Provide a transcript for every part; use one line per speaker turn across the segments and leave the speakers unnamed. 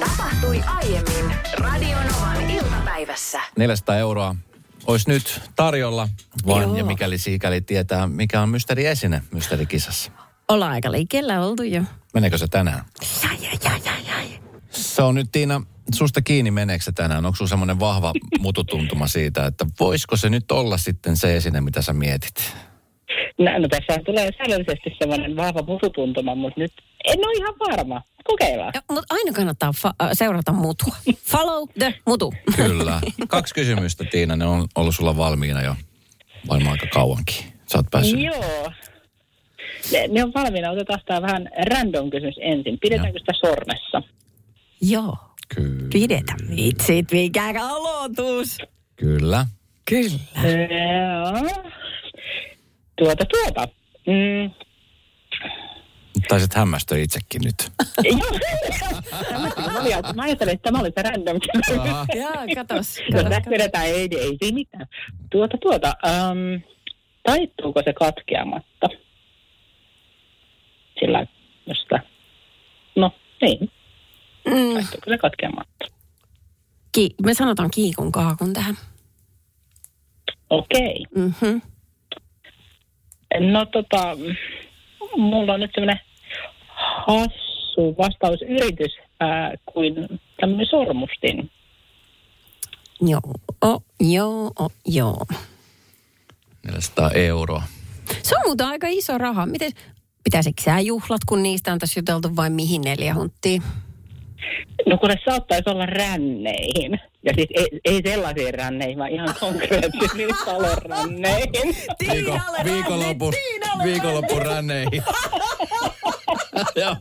tapahtui aiemmin Radionovan iltapäivässä.
400 euroa olisi nyt tarjolla, vaan ja mikäli siikäli tietää, mikä on mysteeriesine mysteerikisassa.
Ollaan aika liikkeellä oltu jo.
Meneekö se tänään?
Jai, jai, jai, jai, jai.
Se on nyt Tiina, susta kiinni meneekö se tänään? Onko sulla semmoinen vahva mututuntuma siitä, että voisiko se nyt olla sitten se esine, mitä sä mietit?
No, no tässä tulee säännöllisesti semmoinen vahva mututuntuma, mutta nyt en ole ihan varma. Kokeillaan.
Mutta aina kannattaa fa- äh, seurata mutua. Follow the mutu.
Kyllä. Kaksi kysymystä Tiina, ne on ollut sulla valmiina jo varmaan aika kauankin. Sä oot päässyt.
Joo. Ne, ne on valmiina. Otetaan tämä vähän random kysymys ensin. Pidetäänkö sitä sormessa?
Joo,
Ky-
pidetä Mm. vitsit, mikä aloitus.
Kyllä.
Kyllä.
Joo. Tuota, tuota. Mm.
Taisit hämmästyä itsekin nyt.
Joo. Tämä oli- mä olin- Mä ajattelin, että tämä oli se random kysymys.
Joo,
No,
katos. katos,
tässä
katos.
vedetään, ei, ei, ei mitään. Tuota, tuota, um, taittuuko se katkeamatta? Sillä, jos sitä... No, niin,
Mm,
taittuuko se katkeamatta?
ki- me sanotaan kiikun kaakun tähän.
Okei.
Mm-hmm.
No tota, mulla on nyt semmoinen hassu vastausyritys ää, kuin tämmöinen sormustin.
Joo, o, joo, o, joo.
400 euroa.
Se on muuten aika iso raha. Miten, pitäisikö sä juhlat, kun niistä on tässä juteltu vai mihin neljä hunttia?
No kun se saattaisi olla ränneihin. Ja siis ei, ei sellaisiin ränneihin, vaan ihan konkreettisiin talon ränneihin.
Tiinalle
viikonloppu,
ränni, Tiinalle
viikonloppu ränneihin. Joo.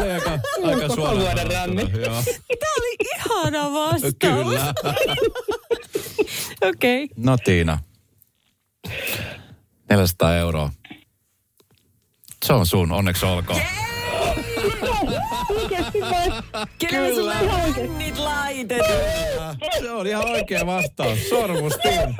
Oli aika, aika
Koko
suoraan
vuoden
sanottuna,
ränni.
Joo.
Tämä oli ihana vastaus.
Kyllä.
Okei. Okay.
No Tiina. 400 euroa. Se on sun, onneksi olkoon.
Oikeasti vai?
Kyllä, Kyllä. sulle hännit laitetaan.
Se on ihan oikea vastaus. Sormus Tiina.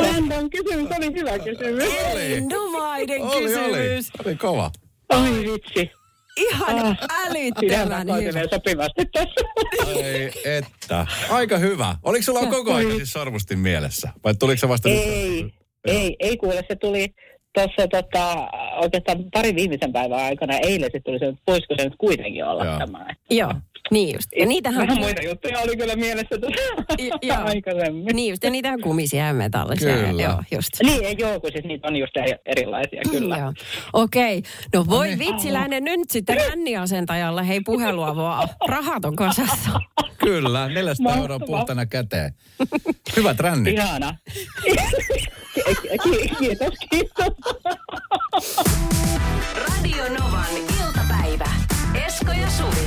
Random kysymys oli hyvä kysymys.
Oli,
Erinomainen
oli, oli.
kysymys.
Oli kova.
Ai vitsi.
Ihan
Sinä
älyttömän niin hyvä.
koitin sopivasti tässä.
Ei, että. Aika hyvä. Oliko sulla koko ajan siis sormustin mielessä? Vai tuliko se vasta nyt?
Ei, ei, ei kuule, se tuli tuossa tota, oikeastaan pari viimeisen päivän aikana. Eilen se tuli se, että voisiko se nyt kuitenkin olla
Joo.
Joo. tämä.
Joo, niin just. Ja niitähän,
Vähän muita juttuja oli kyllä mielessä tuossa
I- joo.
aikaisemmin.
niin just, ja niitähän kumisia ja metallisia.
Kyllä.
Joo, just.
Niin, ei joo, kun siis niitä on just eri- erilaisia, kyllä.
Mm, Joo. Okei, no voi vitsiläinen nyt sitten ränniasentajalle, hei puhelua vaan. Rahat on kasassa.
Kyllä, 400 euroa
Mahtavaa.
puhtana käteen. Hyvät rännit.
Ihana. Ki- ki- kiitos, kiitos.
Radio Novan iltapäivä. Esko ja Suvi.